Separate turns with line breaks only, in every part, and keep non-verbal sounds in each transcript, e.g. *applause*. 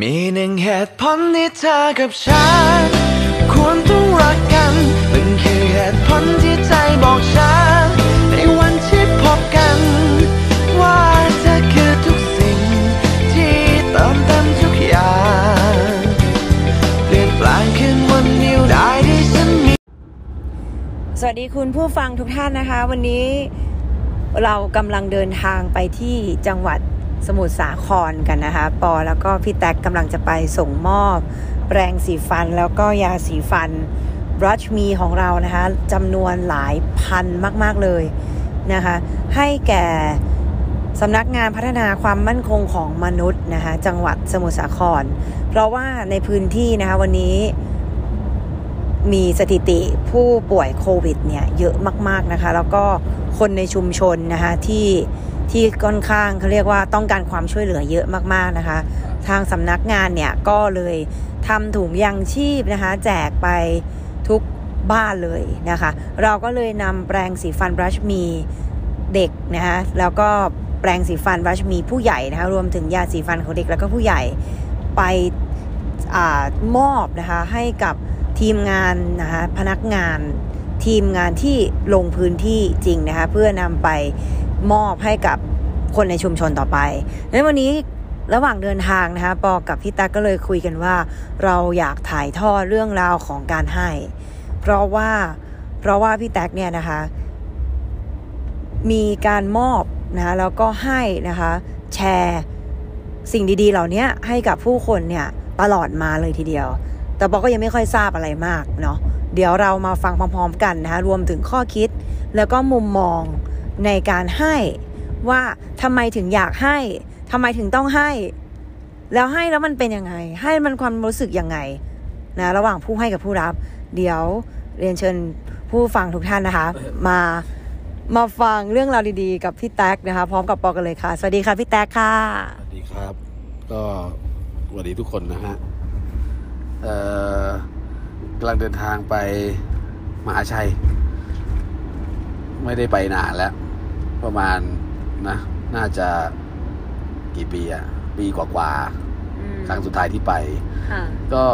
มีหนึ่งเหตุผลที่เธอกับฉัน ควรต้องรักกัน มันคือเหตุผลที่ใจบอกฉัน ในวันที่พบกัน ว่าเธอคือทุกสิ่ง ที่เติมเต็มทุกอย่าง เปลี่ยนแปลงขึ้นวันเดียวได้ที่ฉันมี
สวัสดีคุณผู้ฟังทุกท่านนะคะ วันนี้เรากำลังเดินทางไปที่จังหวัดสมุทรสาครกันนะคะ ปอแล้วก็พี่แตกกำลังจะไปส่งมอบแปรงสีฟันแล้วก็ยาสีฟันบรัชมีของเรานะคะจำนวนหลายพันมาก ๆ เลยนะคะ ให้แก่ สำนักงานพัฒนาความมั่นคงของมนุษย์นะคะจังหวัดสมุทรสาคร เพราะว่าในพื้นที่นะคะวันนี้ มีสถิติผู้ป่วยโควิดเนี่ยเยอะมาก ๆ นะคะ แล้วก็คนในชุมชนนะคะที่ที่ค่อนข้างเขาเรียกว่าต้องการความช่วยเหลือเยอะมาก ๆ นะคะ ทางสำนักงานเนี่ยก็เลยทำถุงยางชีพนะคะ แจกไปทุกบ้านเลยนะคะ เราก็เลยนำแปรงสีฟันบรัชมีเด็กนะคะแล้วก็แปรงสีฟันบรัชมีผู้ใหญ่นะคะรวมถึงยาสีฟันของเด็กแล้วก็ผู้ใหญ่ไป อามอบนะคะให้กับทีมงานนะคะพนักงานทีมงานที่ลงพื้นที่จริงนะคะเพื่อนำไปมอบให้กับคนในชุมชนต่อไปในวันนี้ระหว่างเดินทางนะคะปอกับพี่ตาก็เลยคุยกันว่า เราอยากถ่ายทอดเรื่องราวของการให้ เพราะว่าเพราะว่าพี่แตกเนี่ยนะคะ มีการมอบนะคะแล้วก็ให้นะคะแชร์ สิ่งดีๆ เหล่านี้ให้กับผู้คนเนี่ยตลอดมาเลยทีเดียว แต่บอกก็ยังไม่ค่อยทราบอะไรมากเนาะ เดี๋ยวเรามาฟังพร้อมๆกันนะคะรวมถึงข้อคิด แล้วก็มุมมองในการให้ว่าทำไมถึงอยากให้ทำไมถึงต้องให้ แล้วให้แล้วมันเป็นยังไง ให้มันความรู้สึกยังไงนะระหว่างผู้ให้กับผู้รับ เดี๋ยวเรียนเชิญผู้ฟังทุกท่านนะคะ มามาฟังเรื่องราวดีๆ กับพี่แท็กนะคะ พร้อมกับปอกันเลยค่ะ สวัสดีค่ะพี่แท็กค่ะ
สวัสดีครับ ก็สวัสดีทุกคนนะฮะเอ่อกำลังเดินทางไปมหาชัย ไม่ได้ไปนานแล้ว ประมาณนะ น่าจะกี่ปีอะปีกว่า
อืม
ๆครั้งสุดท้ายที่ไป
ค่ะ
ก็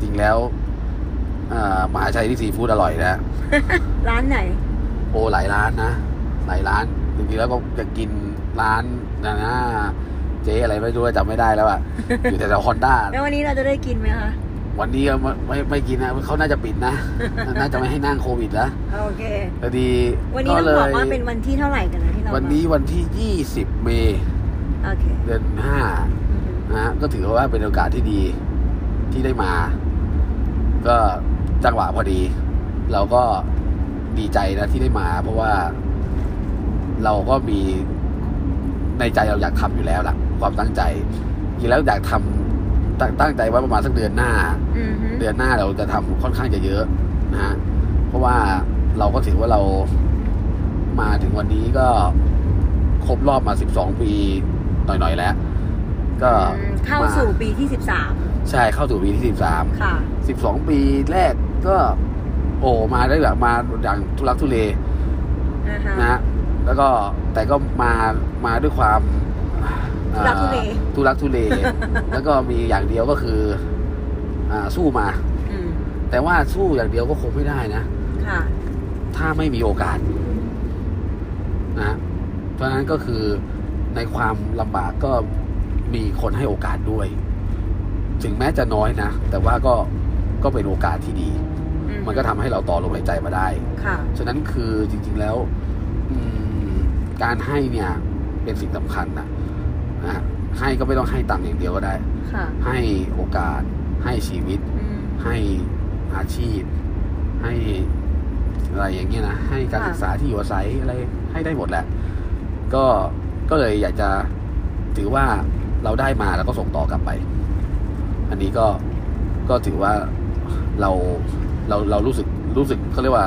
จริงแล้วเอ่อมหาชัยที่ซีฟู้ดอร่อยนะ
ร้านไหน
โอ้หลายร้านนะ หลายร้านจริงๆแล้วก็จะกินร้านนะนะเจ๊อะไรไม่รู้ว่าจำไม่ได้แล้ว
*laughs*
อะ อยู่แต่แถวฮอนด้า
แล้ววันนี้เราจะได้กินไหมคะ
วันนี้ก็ไม่ไม่ไม่กินนะเขาน่าจะปิด
*laughs*
นะ น่าจะไม่ให้นั่งโควิดนะ
โอเค
พอดี
วันนี้ต้องบอกว่าเป็นวันที่เท่าไหร่กันนะที่เรา
วันนี้วันที่ 20 เมษ
โอเค
เดือน5
อือฮึ
นะฮะก็ถือว่าเป็นโอกาสที่ดีที่ได้มา ก็จังหวะพอดี เราก็ดีใจนะที่ได้มา เพราะว่าเราก็มีในใจเราอยากทำอยู่แล้วล่ะ ความตั้งใจจริงแล้วอยากทำตั้งตั้งใจไว้ประมาณสักเดือนหน้า
อือฮึ
เดือนหน้าเราจะทำค่อนข้างจะเยอะนะฮะเพราะว่าเราก็ถือว่าเรามาถึงวันนี้ก็ครบรอบมา 12 ปีหน่อยๆแล้ว ก็
อืมเข้าสู่ปีที่สิบสาม
ใช่เข้าสู่ปีที่ 13
ค่ะ
สิบสองปีแรกก็โอ้มาได้แบบมาอย่างทุลักทุเล
นะคะ
นะฮะแล้วก็แต่ก็มามาด้วยความ
ทุลักทุเล
อ่อทุลักทุเล แล้วก็มีอย่างเดียวก็คืออ่าสู้มา
อืม
แต่ว่าสู้อย่างเดียวก็คงไม่ได้นะ
ค่ะ
ถ้าไม่มีโอกาสนะฮะเพราะฉะนั้นก็คือในความลำบากก็มีคนให้โอกาสด้วย ถึงแม้จะน้อยนะ แต่ว่าก็ก็เป็นโอกาสที่ดี
อื
มันก็ทำให้เราต่อลมหายใจมาได้
ค่ะ
ฉะนั้นคือจริง ๆ แล้วอืมการให้เนี่ยเป็นสิ่งสำคัญนะนะฮะให้ก็ไม่ต้องให้ตังค์อย่างเดียวก็ได้
ค่ะ
ให้โอกาส ให้ชีวิต
อืม
ให้อาชีพ ให้อะไรอย่างเงี้ยนะ ให้การ
ค่ะ
ศึกษาที่อยู่อาศัยอะไรให้ได้หมดแหละ ก็ ก็เลยอยากจะถือว่าเราได้มาแล้วก็ส่งต่อกลับไป อันนี้ก็ ก็ถือว่าเรา เรา เรารู้สึก รู้สึกเขาเรียกว่า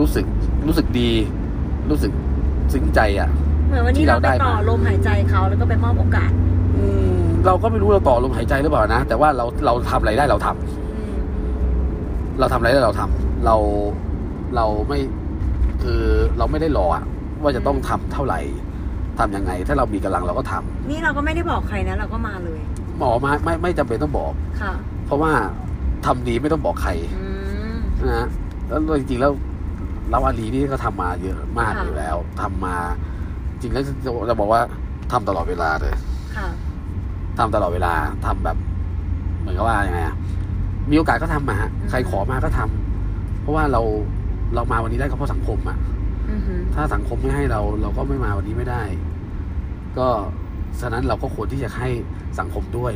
รู้สึก รู้สึกดี รู้สึกซึ้งใจอะ่ะ
เหมือนวันนี้
ที่
เรา
เรา
ไป
ได้
ต่อ
มา
ลมหายใจเขาแล้วก็ไปมอบโอกาส
อืมเราก็ไม่รู้เราต่อลมหายใจหรือเปล่านะ แต่ว่าเรา เราทำอะไรได้เราทำ
อืม
เราทำอะไรได้เราทำเราเราไม่คือเราไม่ได้รออะว่าจะต้องทำเท่าไหร่ ทำยังไง ถ้าเรามีกำลังเราก็ทำ
นี่เราก็ไม่ได้บอกใครนะ เราก็มาเลย
หมอมาไม่ไม่จำเป็นต้องบอก
ค่ะ
เพราะว่าทำดีไม่ต้องบอกใคร
อืม
นะฮะแล้วจริงๆแล้วเราอาลีนี่ก็ทำมาเยอะมาก
ค่ะ
อยู่แล้วทำมา จริงๆแล้วจะบอกว่าทำตลอดเวลาเลย
ค่ะ
ทำตลอดเวลาทำแบบ เหมือนกับว่ายังไงอะมีโอกาสก็ทำมาฮะ
อืม
ใครขอมาก็ทำเพราะว่าเราเรามาวันนี้ได้ก็เพราะสังคมอะ
อือหือ
ถ้าสังคมไม่ให้เราเราก็ไม่มาวันนี้ไม่ได้ ก็ฉะนั้นเราก็ควรที่จะให้สังคมด้วย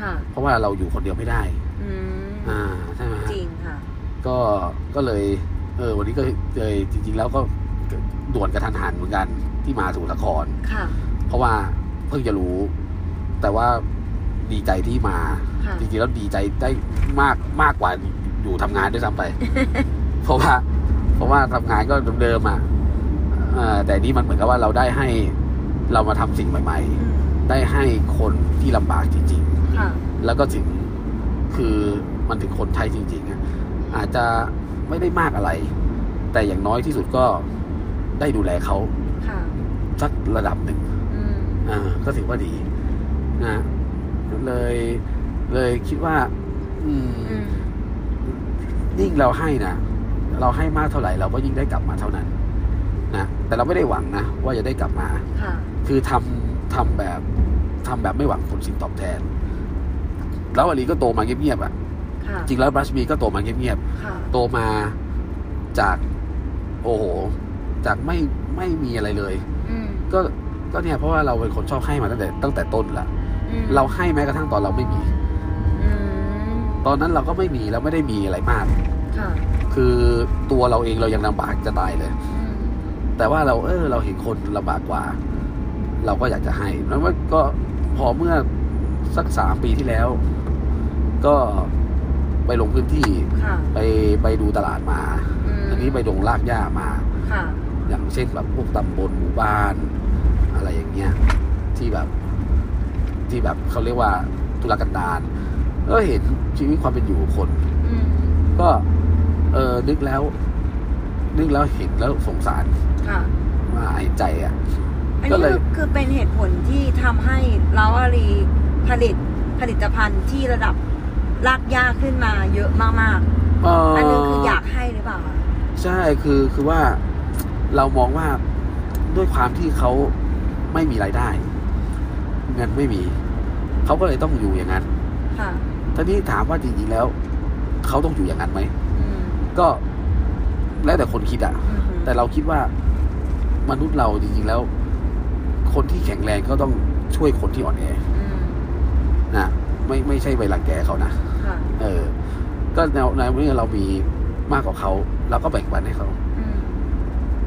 ค่ะ
เพราะว่าเราอยู่คนเดียวไม่ได้
อืม
อ่าใช่ไหมฮะ
จริงค่ะ
ก็ก็เลย เออ วันนี้ก็เลยจริง ๆ แล้วก็ด่วนกระทันหันเหมือนกันที่มาสู่ละคร
ค่ะ
เพราะว่าเพิ่งจะรู้ แต่ว่าดีใจที่มา
ค่ะ
จริงๆแล้วดีใจได้มากมากกว่าอยู่ทำงานด้วยซ้ำไป
*laughs*
เพราะว่า เพราะว่าทำงานก็เดิมๆอ่ะเอ่อแต่นี่มันเหมือนกับว่าเราได้ให้เรามาทำสิ่งใหม่
อืม
ๆ ได้ให้คนที่ลำบากจริง
ค่ะ
ๆ แล้วก็ถึงคือมันถึงคนไทยจริง ๆอะอาจจะไม่ได้มากอะไร แต่อย่างน้อยที่สุดก็ได้ดูแลเขา
ค่ะ
สักระดับหนึ่ง
อืม
อ่าก็ถือว่าดีนะเลยเลยคิดว่า อืม
อืม
ยิ่งเราให้นะเราให้มากเท่าไหร่ เราก็ยิ่งได้กลับมาเท่านั้นนะแต่เราไม่ได้หวังนะว่าจะได้กลับมา
ค่ะ
คือทำทำแบบทำแบบไม่หวังผลสิ่งตอบแทน แล้วอลีก็โตมาเงียบๆอ่ะ
ค่ะ
จริงแล้วบรัชมีก็โตมาเงียบ
ค่ะ
ๆโตมาจากโอ้โห จากไม่ไม่มีอะไรเลย
อืม
ก็ก็เนี่ยเพราะว่าเราเป็นคนชอบให้มาตั้งแต่ตั้งแต่ต้นละ
อืม
เราให้แม้กระทั่งตอนเราไม่มี
อืม
ตอนนั้นเราก็ไม่มีเราไม่ได้มีอะไรมาก
ค่ะ
คือตัวเราเองเรายังลำบากจะตายเลย
อืม
แต่ว่าเราเออเราเห็นคนลำบากกว่า เราก็อยากจะให้แล้วมันก็พอเมื่อสักสามปีที่แล้ว ก็ไปลงพื้นที่
ค่ะ
ไปไปดูตลาดมา
อืม
ทีนี้ไปดงลากหญ้ามา
ค่ะ
อย่างเช่นแบบพวกตำบลหมู่บ้าน อะไรอย่างเงี้ย ที่แบบ ที่แบบเขาเรียกว่าธุรกันดารก็เห็นชีวิตความเป็นอยู่ของคน
อืม
ก็ เออนึกแล้ว นึกแล้วเห็นแล้วสงสาร
ค่ะ
มาเห็นใจอ่ะ
อัน
ก็
นี้
เลย
คือคือเป็นเหตุผลที่ทำให้ลาวารีผลิตผลิตภัณฑ์ที่ระดับรากหญ้าขึ้นมาเยอะมาก
เ
ๆ อันนึงคืออยากให้หรือเปล่าคะ
ใช่คือคือว่าเรามองว่าด้วยความที่เขาไม่มีรายได้ เงินไม่มี เขาก็เลยต้องอยู่อย่างนั้น
ค่ะ
ทีนี้ถามว่าจริงๆแล้ว เขาต้องอยู่อย่างนั้นไหม
อืม
ก็แล้วแต่คนคิดอะ
อืม
แต่เราคิดว่า มนุษย์เราจริงๆแล้ว คนที่แข็งแรงก็ต้องช่วยคนที่อ่อนแอ
อืม
นะไม่ไม่ใช่ไปรังแกเขานะ
ค่ะ
เออ ก็แนวแนวเมื่อเรามีมากกว่าเขาเราก็แบ่งปันให้เขา
อืม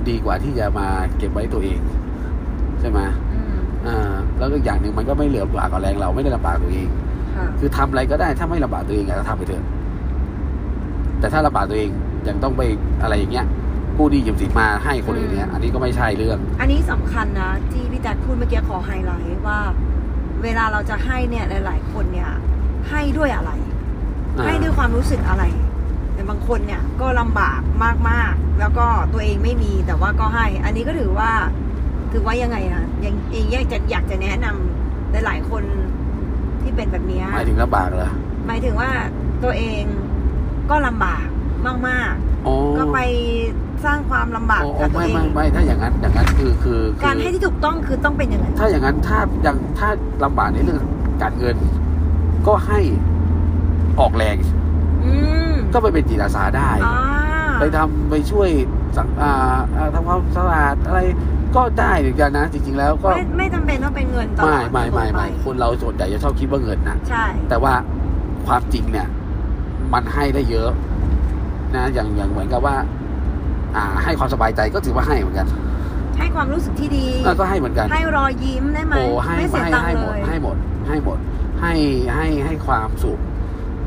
ดีกว่าที่จะมาเก็บไว้ตัวเอง ใช่ไหม
อืม
อ่าแล้วก็อย่างหนึ่งมันก็ไม่เหลือกว่ากับแรงเราไม่ได้ลำบากตัวเอง
ค่ะ
คือทำอะไรก็ได้ถ้าไม่ลำบากตัวเองอะก็ทำไปเถอะ แต่ถ้าลำบากตัวเองยังต้องไปอะไรอย่างเงี้ยกู้หนี้ยืมสินมาให้คนอื่นเนี้ยอันนี้ก็ไม่ใช่เรื่อง
อันนี้สำคัญนะ ที่พี่แจ็คพูดเมื่อกี้ขอไฮไลท์ว่า เวลาเราจะให้เนี่ยหลาย ๆ คนเนี่ย ให้ด้วยอะไร
อ่า
ให้ด้วยความรู้สึกอะไรแต่บางคนเนี่ยก็ลำบากมากๆ แล้วก็ตัวเองไม่มีแต่ว่าก็ให้ อันนี้ก็ถือว่า ถือว่ายังไงอะยังเองอยากจะอยากจะแนะนำหลายๆคนที่เป็นแบบเนี้ย
หมายถึงลำบากเหรอ
หมายถึงว่าตัวเองก็ลำบากมาก
อ๋อ
ๆ ก็ไปสร้างความลำบาก
อ๋ออ๋
กั
อบ
ตัว
ไม่
เอง
ไม่ไม่ถ้าอย่างนั้นอย่างนั้นคือคือคื
การให้ที่ถูกต้องคือต้องเป็นอย่างนั้น
ถ้าอย่างนั้นถ้ายังถ้าลำบากในเรื่องการเงิน ก็ให้ออกแรง
อืม
ก็ไปเป็นจิตอาสาได้
อ่า
ไปทำไปช่วยสังอ่าอ่าทำความสะอาดอะไรก็ได้เหมือนกันนะ จริง ๆ แล้วก็
ไม่ไม่จำเป็นต้องเป็นเงินตลอ
ไม่
ด
ไม่ไม่
ป
ไม่คนเราส่วนใหญ่จะชอบคิดว่าเงินนะ
ใช่
แต่ว่าความจริงเนี่ย มันให้ได้เยอะนะอย่างอย่างเหมือนกับว่า อ่า ให้ความสบายใจก็ถือว่าให้เหมือนกัน
ให้ความรู้สึกที่ดี
เออก็ให้เหมือนกัน
ให้รอยยิ้มได้ไหม
โอ้ให้
ไม่เสีย
ให้
ตังค์
ให้หม
เล
ด
ย
ให้หมด ให้หมด ให้ให้ให้ความสุข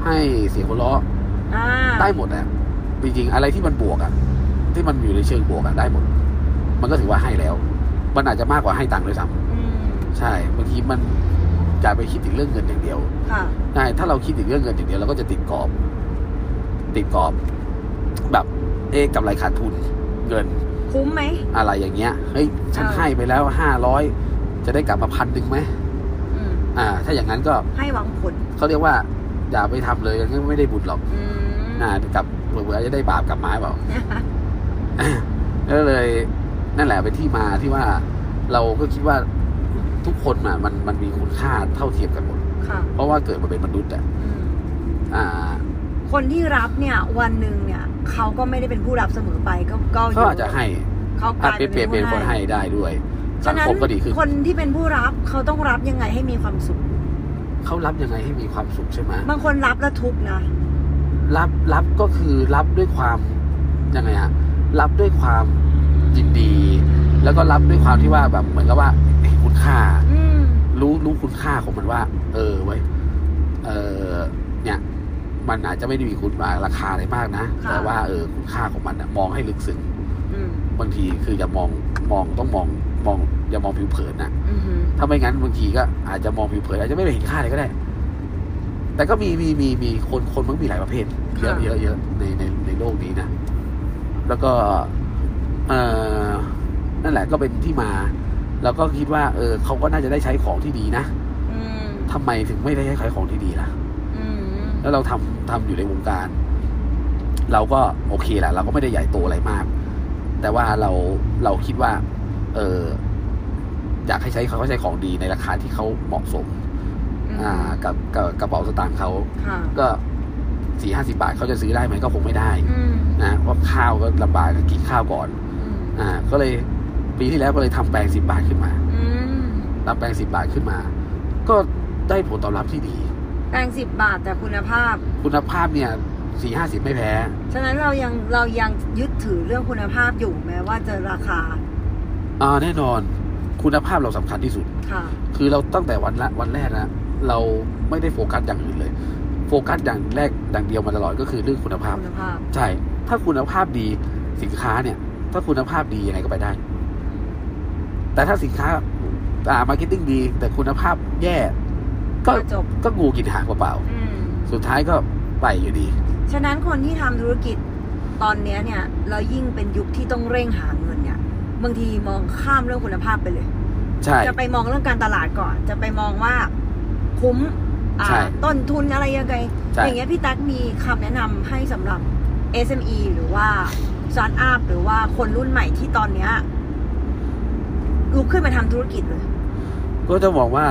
ให้เสียงหัวเราะ
อ่า
ได้หมดนะจริงๆอะไรที่มันบวกอะที่มันอยู่ในเชิงบวกอะได้หมด มันก็ถือว่าให้แล้ว มันอาจจะมากกว่าให้ตังค์ด้วยซ้
อืม
ำใช่บางทีมันอย่าไปคิดถึงเรื่องเงินอย่างเดียว
ค่ะ
ใช่ถ้าเราคิดถึงเรื่องเงินอย่างเดียวเราก็จะติดกรอบ ติดกรอบ แบบ เอ๊ะกำไรขาดทุนเงิน
คุ้มไหม
อะไรอย่างเงี้ย เฮ้ย ฉัน
เออ
ให้ไปแล้วห้าร้อยจะได้กลับมาพันหนึ่งไหม
อืม
อ่า ถ้าอย่างนั้นก็
ให้หวังผล
เขาเรียกว่า อย่าไปทำเลยยังไม่ได้บุญหรอก
อืม
อ่ากลับเบื่อๆจะได้บาปกลับมาเปล่า ก็เลยนั่นแหละเป็นที่มาที่ว่าเราก็คิดว่าทุกคนอ่ะมันมันมีคุณค่าเท่าเทียมกันหมด
ค่ะ
เพราะว่าเกิดมาเป็นมนุษย์อ่ะ
อืม
อ่า
คนที่รับเนี่ยวันหนึ่งเนี่ย เขาก็ไม่ได้เป็นผู้รับเสมอไปก็ก็อยู่
เขาอาจจะให้
เขาก
อาจ
ลาย
เปลี่ยนเปลี่ยนเป็นคนให้ได้ด้วยสั
ฉะ
ง
นั้น
คมก็ดีขึ้น
คนที่เป็นผู้รับเขาต้องรับยังไงให้มีความสุข
เขารับยังไงให้มีความสุขใช่ไหม
บางคนรับแล้วทุกข์นะ
รับรับก็คือรับด้วยความยังไงฮะรับด้วยความยินดี แล้วก็รับด้วยความที่ว่าแบบเหมือนกับว่าเห็นคุณค่า
อืม
รู้รู้คุณค่าของมันว่า เออไว้ยเออเนี่ย มันอาจจะไม่ได้มีคุณค่าราคาอะไรมากนะ
ค่ะ
แต่ว่าเออคุณค่าของมันนะมองให้ลึกซึ้ง
อืม
บางทีคืออย่ามองมองต้องมองมองอย่ามองผิวเผินนะ
อือหือ
ถ้าไม่งั้นบางทีก็อาจจะมองผิวเผินอาจจะไม่เห็นค่าเลยก็ได้ แต่ก็มีมีมีมีคนคนมันมีหลายประเภท เยอะเยอะเยอะในในในโลกนี้นะ แล้วก็เออนั่นแหละก็เป็นที่มา แล้วก็คิดว่า เออเขาก็น่าจะได้ใช้ของที่ดีนะ
อืม
ทำไมถึงไม่ได้ใช้ขายของที่ดีล่ะ
อืม
แล้วเราทำทำอยู่ในวงการ เราก็โอเคแหละ เราก็ไม่ได้ใหญ่โตอะไรมาก แต่ว่าเราเราคิดว่า เอออยากให้ใช้เขาก็ใช้ของดีในราคาที่เขาเหมาะสม อ่า กับกับกระเป๋าสตางค์เขา
ค่ะ
ก็สี่ห้าสิบาทเขาจะซื้อได้ไหมก็คงไม่ได้
อืม
นะเพราะข้าวก็ลำบากก็กินข้าวก่อน อ่า ก็เลยปีที่แล้วก็เลยทำแปลงสิบบาทขึ้นมา
อืม
ทำแปลงสิบบาทขึ้นมา ก็ได้ผลตอบรับที่ดี
แปลงสิบบาทแต่คุณภาพ
คุณภาพเนี่ยสี่ห้าสิบไม่แพ้
ฉะนั้นเรายังเรายังยึดถือเรื่องคุณภาพอยู่แม้ว่าจะราคา
อ่าแน่นอนคุณภาพเราสำคัญที่สุด
ค่ะ
คือเราตั้งแต่วันละวันแรกนะเราไม่ได้โฟกัสอย่างอื่นเลย โฟกัสอย่างแรกอย่างเดียวมาตลอดก็คือเรื่องคุณภาพ
คุณภาพ
ใช่ ถ้าคุณภาพดีสินค้าเนี่ย ถ้าคุณภาพดียังไงก็ไปได้ แต่ถ้าสินค้าอ่ามาร์เก็ตติ้งดี แต่คุณภาพแย่ ก็
ก็จบ
ก็งูกินหางเปล่า
อืม
ๆสุดท้ายก็ไปอยู่ดี
ฉะนั้นคนที่ทำธุรกิจตอนเนี้ยเนี่ย เรายิ่งเป็นยุคที่ต้องเร่งหาเงินเนี่ยบางทีมองข้ามเรื่องคุณภาพไปเลย
ใช่
จะไปมองเรื่องการตลาดก่อน จะไปมองว่าคุ้มอ่า
ใช่
ต้นทุนอะไรยังไง
ใช่
อย่างเงี้ยพี่ตั๊กมีคำแนะนำให้สำหรับ SME หรือว่า Start Up หรือว่าคนรุ่นใหม่ที่ตอนเนี้ยลุกขึ้นมาทำธุรกิจเลย
ก็จะบอกว่า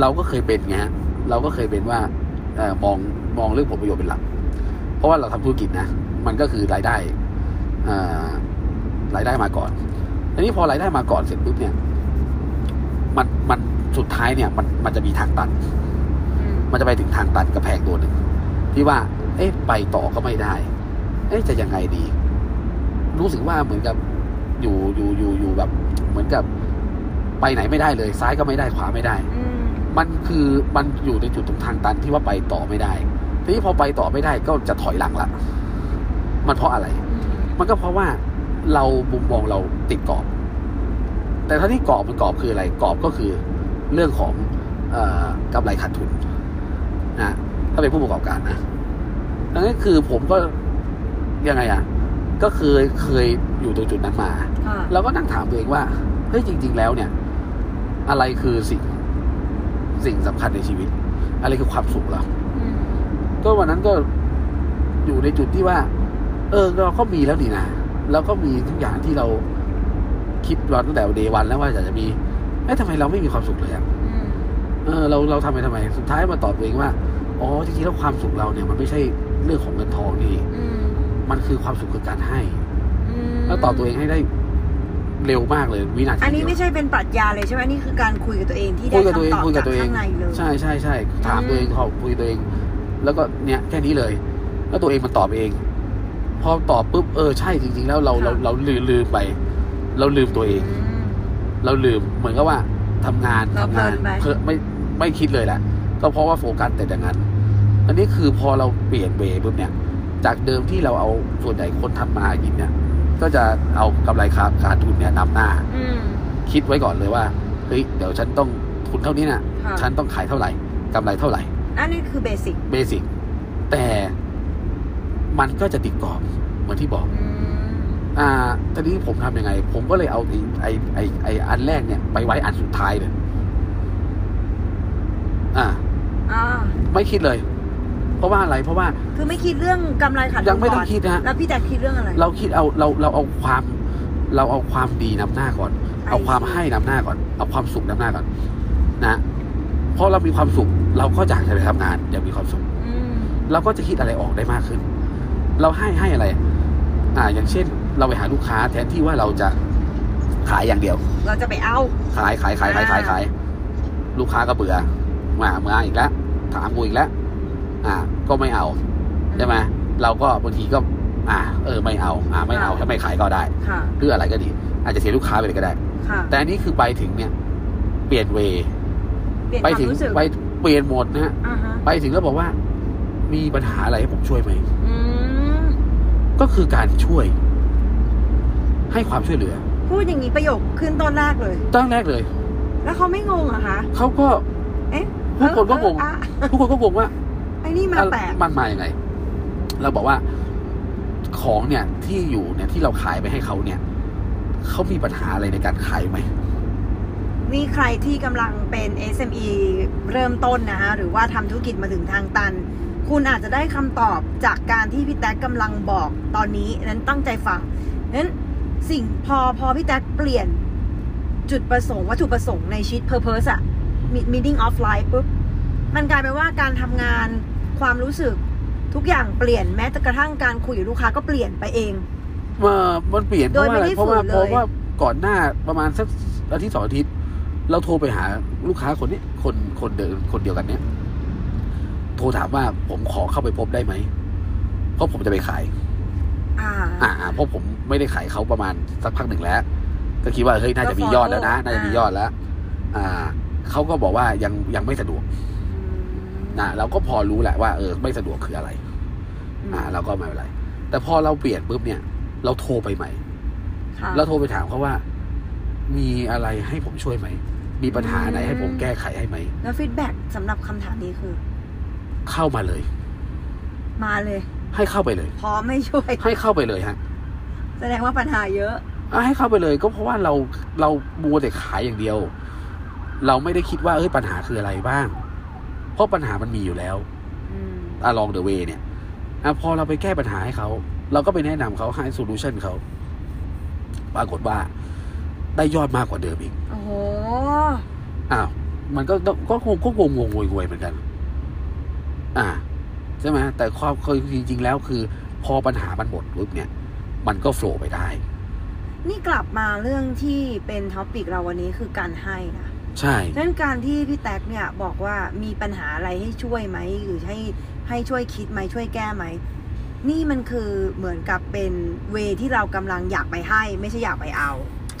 เราก็เคยเป็นไงฮะเราก็เคยเป็นว่าเออมองมองเรื่องผลประโยชน์เป็นหลัก เพราะว่าเราทำธุรกิจนะ มันก็คือรายได้เอ่อรายได้มาก่อนทีนี้พอรายได้มาก่อนเสร็จปุ๊บเนี่ย มันมันสุดท้ายเนี่ย มันมันจะมีทางตัน
อืม
มันจะไปถึงทางตันกระแพงตัวหนึ่งที่ว่า เอ๊ะไปต่อก็ไม่ได้ เอ๊ะจะยังไงดี รู้สึกว่าเหมือนกับอยู่อยู่อยู่อยู่แบบ เหมือนกับไปไหนไม่ได้เลย ซ้ายก็ไม่ได้ขวาไม่ได้
อืม
มันคือมันอยู่ในจุดตรงทางตันที่ว่าไปต่อไม่ได้ ทีนี้พอไปต่อไม่ได้ก็จะถอยหลังละมันเพราะอะไร
อืม
มันก็เพราะว่าเราบุมมองเราติดกรอบ แต่ถ้าที่กรอบมันกรอบคืออะไรกรอบก็คือเรื่องของเออกำไรขาดทุนนะถ้าเป็นผู้ประกอบการนะดังนั้นคือผมก็ยังไงอะ่ะ ก็เคยเคยอยู่ตรงจุดนั้นมา
ค่ะ
เราก็นั่งถามตัวเองว่าเฮ้ยจริง ๆ แล้วเนี่ย อะไรคือสิ่งสิ่งสำคัญในชีวิต อะไรคือความสุขเรา
อืม
ก็วันนั้นก็อยู่ในจุดที่ว่า เออเราก็มีแล้วนี่นะเราก็มีทุกอย่างที่เราคิดวันตั้งแต่เดวันแล้วว่าอยากจะมีเอ้ทำไมเราไม่มีความสุขเลยอะ
อืม
เออเราเราทำไปทำไม สุดท้ายมาตอบตัวเองว่าอ๋อจริงๆแล้วความสุขเราเนี่ย มันไม่ใช่เรื่องของเงินทองนี่
อืม
มันคือความสุขคือการให้
อืม
แล้วตอบตัวเองให้ได้เร็วมากเลยวินาที
อันนี้
เดียว
ไม่ใช่เป็นปรัชญาเลยใช่ไหมนี่คือการคุยกับตัวเองที่
คุ
ได้
ยกับตัวเอง
คำตอบ
คุยกับ
จาก
ตัวเอง
ข้างในเลย
ใช่ใช่ใช่ถาม
อืม
ตัวเองขอบคุยตัวเอง แล้วก็เนี่ยแค่นี้เลย แล้วตัวเองมันตอบเอง พอตอบปุ๊บเออใช่จริง ๆ แล้วเราเราเราลืมลืมไป เราลืมตัวเอง
อืม
เราลืมเหมือนกับว่าทำงาน
เรา
ทำงาน
เพลินไป
เพิ่มไม่ไม่คิดเลยแหละก็เพราะว่าโฟกัสแต่อย่างนั้น อันนี้คือพอเราเปลี่ยนเวย์ปุ๊บเนี่ย จากเดิมที่เราเอาส่วนใหญ่คนทำมาหากินเนี่ย ก็จะเอากำไรขาดขาดทุนเนี่ยนำหน้า
อืม
คิดไว้ก่อนเลยว่าเฮ้ยเดี๋ยวฉันต้องทุนเท่านี้นะ
ค่ะ
ฉันต้องขายเท่าไหร่กำไรเท่าไหร่
อันนี้คือเบสิก
เบสิกแต่มันก็จะติดกรอบเหมือนที่บอก
อืม
อ่าทีนี้ผมทำยังไง ผมก็เลยเอาไอ้ไอ้ไอ้ไอ้อันแรกเนี่ย ไปไว้อันสุดท้ายเลย อ่า
อ่า
ไม่คิดเลย เพราะว่าอะไร เพราะว่า
คือไม่คิดเรื่องกำไรขาดทุน
ยังไม่ต้อง
ก่น
คิดนะฮะ
แล้วพี่แตกคิดเรื่องอะไร
เราคิดเอาเราเราเอาความเราเอาความดีนำหน้าก่อน
I
เอาความให้นำหน้าก่อน เอาความสุขนำหน้าก่อน นะพอเรามีความสุข เราก็อยากจะไปทำงานอยากมีความสุข
อืม
เราก็จะคิดอะไรออกได้มากขึ้น เราให้ให้อะไร อ่า อย่างเช่น เราไปหาลูกค้า แทนที่ว่าเราจะขายอย่างเดียว
เราจะไปเอา
ขายขายขายขายขายขายลูกค้าก็เบื่อมาเมื่ออีกแล้วถามกูอีกแล้วอ่า ก็ไม่เอาใช่ไหมเราก็บางทีก็ อ่า เออ ไม่เอา อ่า ไม่เอา
อ่า
ถ้าไม่ขายก็ได้
ค่ะ
หรืออะไรก็ดี อาจจะเสียลูกค้าไปเลยก็ได้
ค่ะ
แต่อันนี้คือไปถึงเนี่ย เปลี่ยนเวย์
เปลี่ยนค
ไป
วาม
ถึง
รู้สึก
ไปเปลี่ยนโหมดนะฮะ
อ่าฮะ
ไปถึงก็บอกว่า มีปัญหาอะไรให้ผมช่วยไหม
อืม
ก็คือการช่วย ให้ความช่วยเหลือ
พูดอย่างนี้ประโยคขึ้นตอนแรกเลย
ตั้งแรกเลย
แล้วเขาไม่งงเหรอคะ
เขาก็
เอ๊ะ
ทุกคนก็งง
เออเอออ่ะ
ทุกคนก็งงว่า
ไอ้นี่มาแปลก
มันมาอย่างไรเราบอกว่าของเนี่ยที่อยู่เนี่ยที่เราขายไปให้เขาเนี่ย เขามีปัญหาอะไรในการขายไหม
นี่ใครที่กำลังเป็น SME เริ่มต้นนะฮะหรือว่าทำธุรกิจมาถึงทางตัน คุณอาจจะได้คำตอบจากการที่พี่แต๊กกำลังบอกตอนนี้นั้นตั้งใจฟังนั้นสิ่งพอพอพี่แต๊กเปลี่ยนจุดประสงค์วัตถุประสงค์ในชีวิต purpose อะ Mi- meaning of life ปุ๊บ มันกลายเป็นว่าการทำงานความรู้สึกทุกอย่างเปลี่ยนแม้แต่กระทั่งการคุยกับลูกค้าก็เปลี่ยนไปเอง
เอ่อมันเปลี่ยนเพ
โดย
ราะว่าอะไร
ไม่ได้
เพราะว่า
ฝืนเลย
เพราะว่าก่อนหน้าประมาณสักอาทิตย์สองอาทิตย์ เราโทรไปหาลูกค้าคนเนี้ยคนคนเดิมคนเดียวกันเนี้ยโทรถามว่าผมขอเข้าไปพบได้ไหมเพราะผมจะไปขาย
อ่า
อ่าเพราะผมไม่ได้ขายเขาประมาณสักพักหนึ่งแล้ว ก็คิดว่าเฮ้ยน่าจะมียอดแล้วนะ
ก็ follow
น่าจะมียอดแล้ว อ่าเขาก็บอกว่ายังยังไม่สะดวกนะเราก็พอรู้แหละว่าเออไม่สะดวกคืออะไร
อืม
อ่า เราก็ไม่เป็นไร แต่พอเราเปลี่ยนปุ๊บเนี่ย เราโทรไปใหม่
ค่ะ
เราโทรไปถามเขาว่า มีอะไรให้ผมช่วยไหม มีปัญหาไหนให้ผมแก้ไขให้ไหม
แล้วฟีดแบ็กสำหรับคำถามนี้คือ
เข้ามาเลย
มาเลย
ให้เข้าไปเลย
พร้อมไม่ช่วย
ให้เข้าไปเลยฮะ
แสดงว่าปัญหาเยอะ
อ่ะให้เข้าไปเลย ก็เพราะว่าเราเรามัวแต่ขายอย่างเดียว เราไม่ได้คิดว่าเอ้ยปัญหาคืออะไรบ้าง เพราะปัญหามันมีอยู่แล้ว
อืม
along the way เนี่ยอะพอเราไปแก้ปัญหาให้เขา เราก็ไปแนะนำเขาให้โซลูชันเขา ปรากฏว่า ได้ยอดมากกว่าเดิมอีก
โอ้โห
อ้าว มันก็ต้องก็คงก็งงงงงวยงวยเหมือนกัน อ่า ใช่ไหมแต่ความเคยจริง ๆ แล้วคือ พอปัญหามันหมดปุ๊บเนี่ย มันก็โฟล์ไปได้
นี่กลับมาเรื่องที่เป็นท็อปิกเราวันนี้คือการให้นะ
ใช่
ดังนั้นการที่พี่แท็กเนี่ยบอกว่ามีปัญหาอะไรให้ช่วยไหม หรือให้ให้ช่วยคิดไหมช่วยแก้ไหม นี่มันคือเหมือนกับเป็นเวที่เรากำลังอยากไปให้ ไม่ใช่อยากไปเอา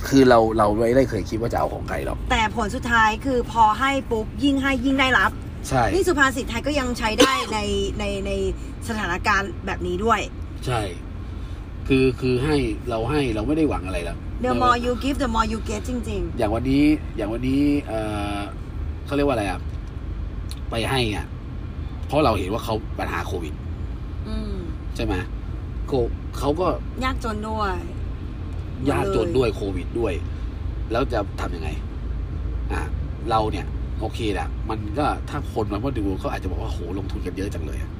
คือเราเราไม่ได้เคยคิดว่าจะเอาของใครหรอก
แต่ผลสุดท้ายคือพอให้ปุ๊บยิ่งให้ยิ่งได้รับ
ใช่
นี่สุภาษิตไทยก็ยังใช้ได้ในในในสถานการณ์แบบนี้ด้วย
ใช่ คือคือให้เราให้เราไม่ได้หวังอะไรหรอก
The more you give the more you get จริง
อย่างวันนี้อย่างวันนี้เอ่อเขาเรียกว่าอะไรอ่ะ ไปให้อ่ะ เพราะเราเห็นว่าเขาปัญหาโควิด
ๆ อืม
ใช่ไหมโกเขาก็
ยากจนด้วย
ยากจนด้วยโควิดด้วย แล้วจะทำยังไง อ่ะเราเนี่ย โอเคแหละมันก็ถ้าคนมันก็ดูเขาอาจจะบอกว่าโหลงทุนกันเยอะจังเลยอ่ะ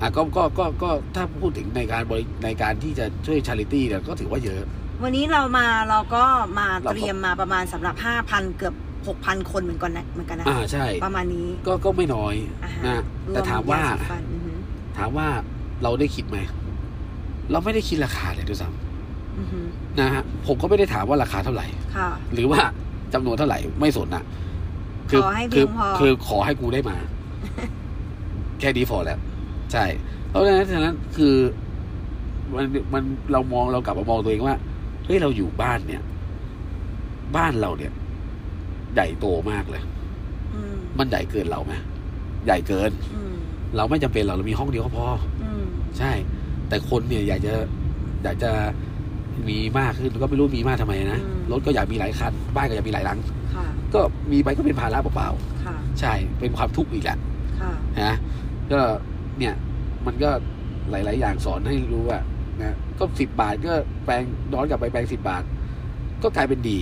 อ่ะก็ก็ก็ก็ถ้าพูดถึงในการบริในการที่จะช่วยชาริตี้เนี่ยก็ถือว่าเยอะ
วันนี้เรามาเราก็มา
เราก็
เตรียมมาประมาณสำหรับ 5,000 เกือบ 6,000 คนเหมือนกันนะเหมือนกันนะ
อ่าใช่
ประมาณนี้
ก็ก็ไม่น้อย
อ่าฮ
นะ
ร
แต่ถามว่า
ยสีฟันอือหือ
ถามว่าเราได้คิดไหม เราไม่ได้คิดราคาเลยด้วยซ้
อือหือ
ำนะฮะ ผมก็ไม่ได้ถามว่าราคาเท่าไหร่
ค่ะ
หรือว่า *laughs* จำนวนเท่าไหร่ไม่สนอะ
ขอให้เพี
คื
ยงพอ
คือขอให้กูได้
*laughs*
มา แค่นี้พอแล้ว ใช่ เพราะฉะนั้นฉะนั้นคือมันมันเรามองเรากลับมามองตัวเองว่าเฮ้ยเราอยู่บ้านเนี่ย บ้านเราเนี่ย ใหญ่โตมากเลย
อืม
มันใหญ่เกินเราไหมใหญ่เกิน
อืม
เราไม่จำเป็นหรอกเรามีห้องเดียวก็พอ
อืม
ใช่ แต่คนเนี่ยอยากจะอยากจะมีมากขึ้นก็ไม่รู้มีมากทำไมนะรถก็อยากมีหลายคันบ้านก็อยากมีหลายหลัง
ค่ะ
ก็มีไปก็เป็นภาระเปล่า
ค่ะ
ๆใช่เป็นความทุกข์อีกแหละ
ค่ะ
นะก็เนี่ยมันก็หลาย ๆ อย่างสอนให้รู้ว่า นะก็สิบบาทก็แปลงย้อนกลับไปแปลงสิบบาท ก็กลายเป็นดี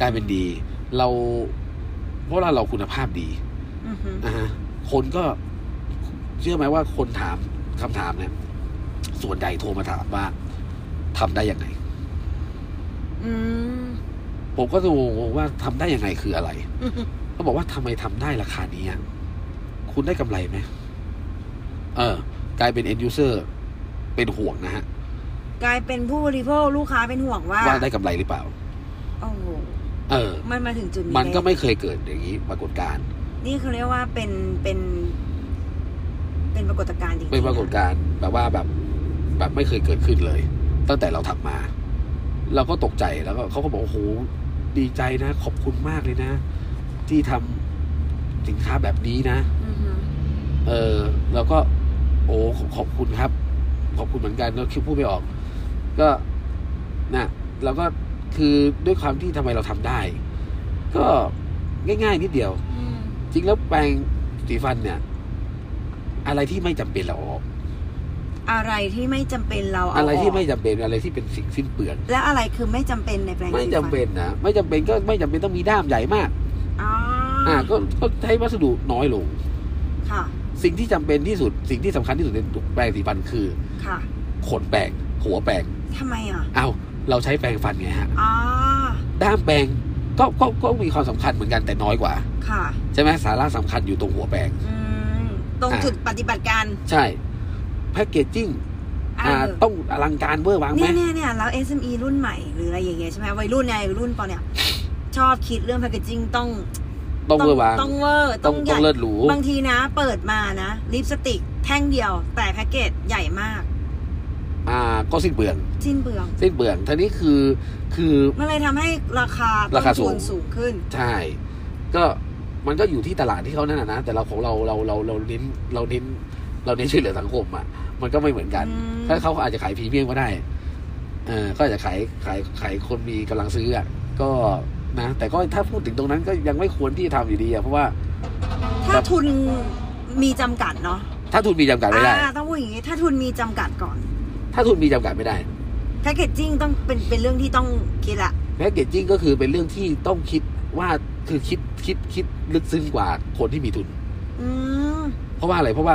กลายเป็นดี เราเพราะว่าเราคุณภาพดี
อือฮึ
อ่าฮะคนก็เชื่อไหมว่าคนถามคำถามเนี่ย ส่วนใหญ่โทรมาถามว่าทำได้ยังไง
อืม *laughs*
ผมก็จะงงๆว่าทำได้ยังไงคืออะไร
อือฮึ
เขาบอกว่าทำไมทำได้ราคานี้อะคุณได้กำไรไหมเออ กลายเป็น end user เป็นห่วงนะฮะ
กลายเป็นผู้บริโภคลูกค้าเป็นห่วงว่า
ว่าได้กำไรหรือเปล่า
โอ้โห
เออ
มันมาถึงจุดนี้
มันก็
แล้ว
ไม่เคยเกิดอย่างนี้ปรากฏการณ์
นี่เขาเรียกว่าเป็นเป็น เป็นปรากฏการณ์จริงๆ
เป็นปรากฏการณ์แบบว่าแบบ แบบไม่เคยเกิดขึ้นเลย ตั้งแต่เราทำมา เราก็ตกใจแล้วก็เขาก็บอกโอ้โหดีใจนะ ขอบคุณมากเลยนะ ที่ทำสินค้าแบบนี้นะ
อือฮึ
เออเราก็ โอ้ขอบขอบคุณครับ ขอบคุณเหมือนกันแล้วคิดพูดไม่ออก ก็นะเราก็คือด้วยความที่ทำไมเราทำได้ ก็ง่ายๆนิดเดียว
อืม
จริงแล้วแปรงสีฟันเนี่ย อะไรที่ไม่จำเป็นเราเอาออก
อะไรที่ไม่จำเป็นเราเา
อะไรที่ไม่
ก
จำเป็นอะไรที่เป็นสิ่งสิ้นเปลือง
และอะไรคือไม่จำเป็นในแปลง
ไม่
สี
จำ
ฟั
เป็นนะไม่จำเป็นก็ไม่จำเป็นต้องมีด้ามใหญ่มาก
อ๋ออ
อ่า ก็ก็ใช้วัสดุน้อยลง
ค่ะ
สิ่งที่จำเป็นที่สุด สิ่งที่สำคัญที่สุดในแปรงสีฟันคือ
ค่ะ
ขนแปรงหัวแปรง
ทำไมอ่ะ
เอ้าเราใช้แปรงฟันไงฮะ
อ๋อ
ด้ามแปรงก็ก็ก็มีความสำคัญเหมือนกันแต่น้อยกว่า
ค่ะ
ใช่ไหมสาระสำคัญอยู่ตรงหัวแปรง
อืมตรง
อ่ะ
จุดปฏิบัติการ
ใช่แพคเกจจิ้งอ่า
เ
ต้องอลังการเวอร์วางไหม
เนี่ยเนี่ยเนี่ยแล้ว SME รุ่นใหม่หรืออะไรอย่างเงี้ยใช่ไหมวัยรุ่นเนี่ยรุ่นปอเนี่ย ชอบคิดเรื่องแพคเกจิ้งต้อง
ต้องเวอร์วาง
ต้องเวอร์
ต้อง
ให
ต้อ
ญ่
งเลิศหรู
บางทีนะ เปิดมานะลิปสติกแท่งเดียว แต่แพ็กเกจใหญ่มาก
อ่าก็สิ้นเปลือง
สิ้นเปลือง
สิ้นเปลืองท่านี้คือคือ
มันเลยทำให้ราคา
ราคา
ต้นทุน
สูง
สูงขึ้น
ใช่ ก็มันก็อยู่ที่ตลาดที่เขานั่นนะนะแต่เราของเราเราเราเราเน้นเราเน้นเราเน้นช่วยเหลือสังคมอ่ะมันก็ไม่เหมือนกัน
อืม
ถ้าเขาอาจจะขายพรีเมียมก็ได้เออก็อาจจะขายขายขายคนมีกำลังซื้ออ่ะก็นะ แต่ก็ถ้าพูดถึงตรงนั้นก็ยังไม่ควรที่จะทำอยู่ดีอ่ะเพราะว่า
ถ้าทุนมีจำกัดเนาะ
ถ้าทุนมีจำกัดไม่ได้
อ่าต้องพูดอย่างงี้ ถ้าทุนมีจำกัดก่อน
ถ้าทุนมีจำกัดไม่ได้
แพ็กเกจจิ้งต้องเป็นเป็นเรื่องที่ต้องคิดละ
แพ็กเกจจิ้งก็คือเป็นเรื่องที่ต้องคิดว่าคือคิดคิดคิดลึกซึ้งกว่าคนที่มีทุน
อืม
เพราะว่าอะไร เพราะว่า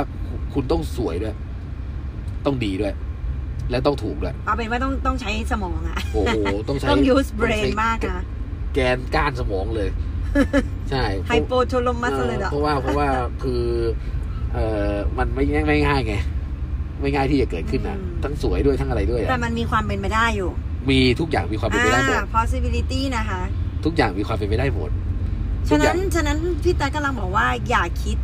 คุณต้องสวยด้วย ต้องดีด้วย และต้องถูกด้วย
เอาเป็นว่าต้องต้องใช้สมองอะ
โอ้โห
*laughs*
ต้องใช้
ต้อง use
ต้อ
brain
ใช้
มากนะ
แกนก้านสมอง
*laughs*
เลย ใช่
ไฮโปโทโลมัสเลยเหรอ
เพราะว่าเพราะว่าคือ เอ่อมันไม่ง่ายไม่ง่ายไง ไม่ง่ายที่จะเกิดขึ้นนะทั้งสวยด้วยทั้งอะไรด้วยอะ
แต่มันมีความเป็นไปได้อยู่
มีทุกอย่างมีความเป็น
อ่า
ไปได้หมด
possibility นะคะ
ทุกอย่างมีความเป็นไปได้หมด ทุก
ฉะ
อย่า
นั้
ง
น ฉะนั้นพี่ตากำลังบอกว่าอย่าคิด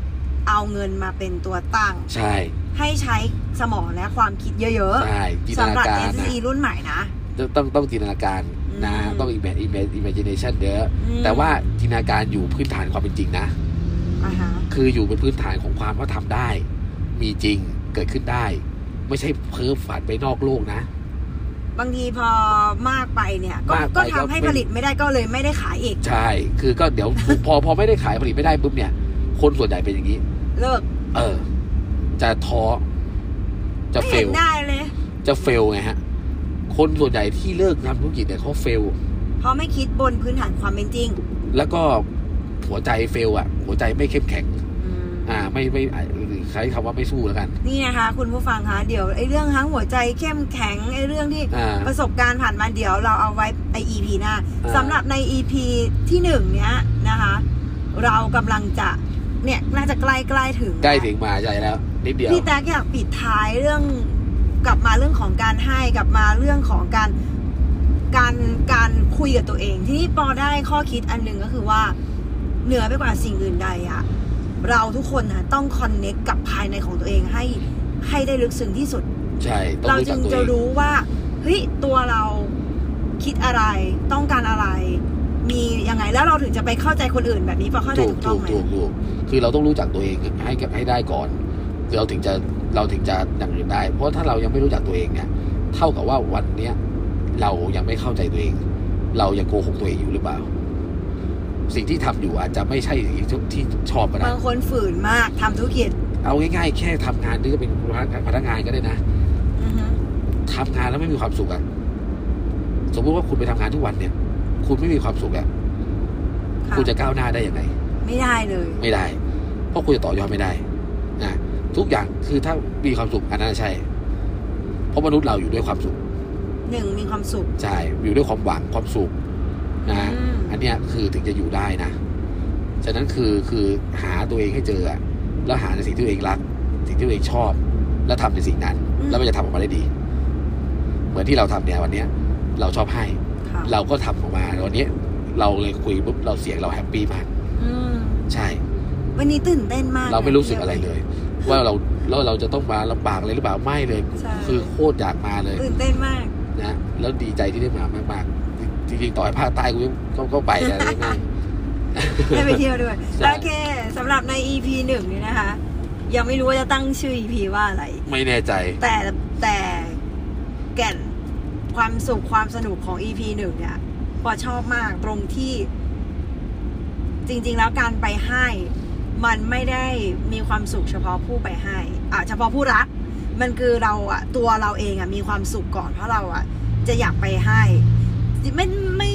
เอาเงินมาเป็นตัวตั้ง
ใช่
ให้ใช้สมองและความคิดเยอะ
ใช่จินต
ๆสำ
นา
หรับ
การ
s
นะ
e รุ่นใหม่นะ
ต้องต้องต้องจินตนาการนะ
อืม
ต้อง imagine imagine imagination เยอะ
อืม
แต่ว่าจินตนาการอยู่พื้นฐานความเป็นจริงนะ
อ่าฮะ
คืออยู่บนพื้นฐานของความว่าทำได้ มีจริงเกิดขึ้นได้ ไม่ใช่เพ้อฝันไปนอกโลกนะ
บางทีพอมากไปเนี่ย ก็
มากไป
ก็
ก็
ทำให้
เป็น
ผลิตไม่ได้ก็เลยไม่ได้ขายอีก
ใช่ คือก็เดี๋ยว *laughs* พอพอไม่ได้ขายผลิตไม่ได้ปุ๊บเนี่ย คนส่วนใหญ่เป็นอย่างนี้
เลิก
เออ จะท้อจะ
ไม่
เฟ
เห็
ล
นได้เลย
จะเฟลไงฮะ คนส่วนใหญ่ที่เลิกทำธุรกิจเนี่ยเขาเฟล
เพราะไม่คิดบนพื้นฐานความเป็นจริง
แล้วก็หัวใจเฟลอ่ะ หัวใจไม่เข้มแข็ง
อืม
อ่า ไม่ไม่อ่ะหรือใช้คำว่าไม่สู้แล้วกัน
นี่นะคะ คุณผู้ฟังคะเดี๋ยวไอ้เรื่องทั้งหัวใจเข้มแข็งไอ้เรื่องที่
อ่า
ประสบการณ์ผ่านมาเดี๋ยวเราเอาไว้ใน EP หน้า
อ่า
สำหรับใน EP ที่หนึ่งเนี้ยนะคะ เรากำลังจะเนี่ยน่าจะใกล้ใกล้ๆถึง
ใกล้ถึงมหาใจแล้วนิดเดียว
พี่แตกอยากปิดท้ายเรื่องกลับมาเรื่องของการให้กลับมาเรื่องของการการการคุยกับตัวเอง ที่นี่ปอได้ข้อคิดอันหนึ่งก็คือว่าเหนือไปกว่าสิ่งอื่นใดอะเราทุกคนนะต้องคอนเน็กกับภายในของตัวเองให้ให้ได้ลึกซึ้งที่สุด
ใช่ ต้อง
เรา
รู้
จึ
จัก
ง
ตัว
จะ
เอง
รู้ว่าเฮ้ยตัวเราคิดอะไร ต้องการอะไร มียังไงแล้วเราถึงจะไปเข้าใจคนอื่นแบบนี้พอเข้าใจ
ถูก
ถูกต้
ถู
อง
ก
ไหม
ถูกถูกคือเราต้องรู้จักตัวเองให้กับให้ได้ก่อนเราถึงจะเราถึงจะอย่างอื่นได้ เพราะถ้าเรายังไม่รู้จักตัวเองเนี่ยเท่ากับว่าวันเนี้ยเรายังไม่เข้าใจตัวเอง เรายังโกหกตัวเองอยู่หรือเปล่า สิ่งที่ทำอยู่อาจจะไม่ใช่สิ่งที่ที่ชอบก็ได้
บางคนฝืนมากทำธุรกิจ
เอาง่ายๆแค่ทำงานหรือจะเป็นพนักงานก็ได้นะ
อือฮึ
ทำงานแล้วไม่มีความสุขอะสมมุติว่าคุณไปทำงานทุกวันเนี่ย คุณไม่มีความสุขอะ
ค่ะ
คุณจะก้าวหน้าได้ยังไง
ไม่ได้เลย
ไม่ได้ เพราะคุณจะต่อยอดไม่ได้นะทุกอย่างคือถ้ามีความสุขอันนั้นใช่ เพราะมนุษย์เราอยู่ด้วยความสุข
หนึ่งมีความสุข
ใช่ อยู่ด้วยความหวังความสุขนะ
อืม
อันเนี้ยคือถึงจะอยู่ได้นะ ฉะนั้นคือคือหาตัวเองให้เจออะแล้วหาในสิ่งที่ตัวเองรัก สิ่งที่ตัวเองชอบ แล้วทำในสิ่งนั้น
อืม
แล้วมันจะทำออกมาได้ดี เหมือนที่เราทำเนี่ยวันเนี้ย เราชอบให้
ค่ะ
เราก็ทำออกมาวันเนี้ยเราเลยคุยปุ๊บเราเสียงเราแฮปปี้มาก
อืม
ใช่
วันนี้ตื่นเต้นมาก
เราไม่รู้สึก
ที่
อะไรเลย ว่าเราแล้วเราจะต้องมาลำบากอะไรหรือเปล่าไม่เลย
ใช่
คือโคตรอยากมาเลย
ตื่นเต้นมาก
นะแล้วดีใจที่ได้มามากๆจริงๆต่อยภาคใต้กูยังก็ก็ไปนะ ไรง่าย
ได้ไปเที่ยวด้วย
ใช่
โอเคสำหรับใน EP หนึ่งนี้นะคะ ยังไม่รู้ว่าจะตั้งชื่อ EP ว่าอะไร
ไม่แน่ใจ
แต่แต่แก่นความสุขความสนุกของ EP หนึ่งเนี่ยปอชอบมากตรงที่ จริง ๆ แล้วการไปให้ มันไม่ได้มีความสุขเฉพาะผู้ไปให้อ่ะเฉพาะผู้รับ มันคือเราอะตัวเราเองอะมีความสุขก่อนเพราะเราอะจะอยากไปให้ไม่ไม่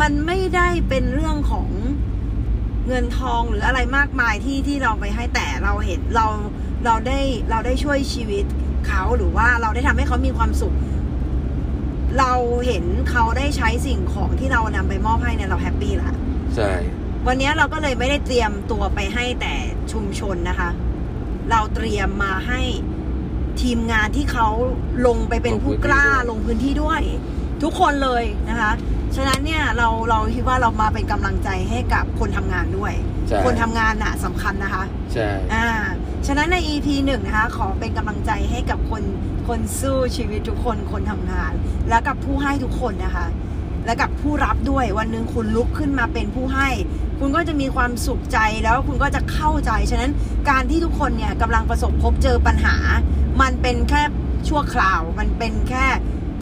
มันไม่ได้เป็นเรื่องของเงินทองหรืออะไรมากมายที่ที่เราไปให้แต่เราเห็นเราเราได้เราได้ช่วยชีวิตเขาหรือว่าเราได้ทำให้เขามีความสุข เราเห็นเขาได้ใช้สิ่งของที่เรานำไปมอบให้เนี่ยเราแฮปปี้ละ
ใช่
วันนี้เราก็เลยไม่ได้เตรียมตัวไปให้แต่ชุมชนนะคะ เราเตรียมมาให้ทีมงานที่เขาลงไปเป็นผู้กล้าลงพื้นที่ด้วย ทุกคนเลยนะคะ ฉะนั้นเนี่ยเราเราคิดว่าเรามาเป็นกำลังใจให้กับคนทำงานด้วย
ใช่
คนทำงานน่ะสำคัญนะคะ
ใช่
อ่า ฉะนั้นใน EP หนึ่งนะคะ ขอเป็นกำลังใจให้กับคนคนสู้ชีวิตทุกคนคนทำงาน และกับผู้ให้ทุกคนนะคะ และกับผู้รับด้วยวันหนึ่งคุณลุกขึ้นมาเป็นผู้ให้ คุณก็จะมีความสุขใจแล้วคุณก็จะเข้าใจ ฉะนั้นการที่ทุกคนเนี่ยกำลังประสบพบเจอปัญหา มันเป็นแค่ชั่วคราว มันเป็นแค่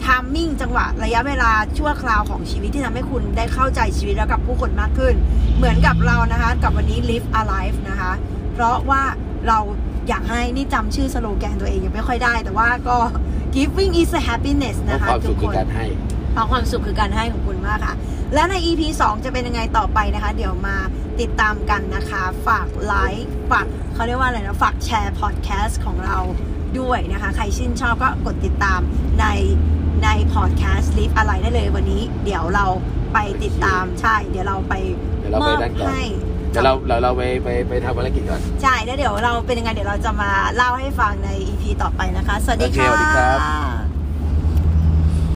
ทามมิ่งจังหวะระยะเวลาชั่วคราวของชีวิตที่ทำให้คุณได้เข้าใจชีวิตแล้วกับผู้คนมากขึ้น เหมือนกับเรานะคะ กับวันนี้ live alive นะคะ เพราะว่าเราอยากให้นี่จำชื่อสโลแกนตัวเองยังไม่ค่อยได้ แต่ว่าก็ giving is a happiness
เพราะ
นะคะ
ความ
ทุ
สุ
ก
ข
ค
คือน การให้
เพราะความสุขคือการให้ของคุณมากค่ะ และใน EP 2 จะเป็นยังไงต่อไปนะคะ เดี๋ยวมาติดตามกันนะคะ ฝากไลค์ฝากเขาเรียกว่าอะไรนะ ฝากแชร์พอดแคสต์ของเราด้วยนะคะ ใครชื่นชอบก็กดติดตามในในพอดแคสต์ลิฟอะไรได้เลยวันนี้ เดี๋ยวเราไปติดตามใช่ เดี๋ยวเราไป
เดี๋ยวเรา
ม
ไป
อบ
นั่นก่อน
ให้
เดี๋ยวเราเราเราไปไปไปทำภารกิจก่อน
ใช่แล้วเดี๋ยวเราเป็นยังไงเดี๋ยวเราจะมาเล่าให้ฟังใน EP ต่อไปนะคะ สวัสดี
โอเค
ค่ะ
สวัสดีครับ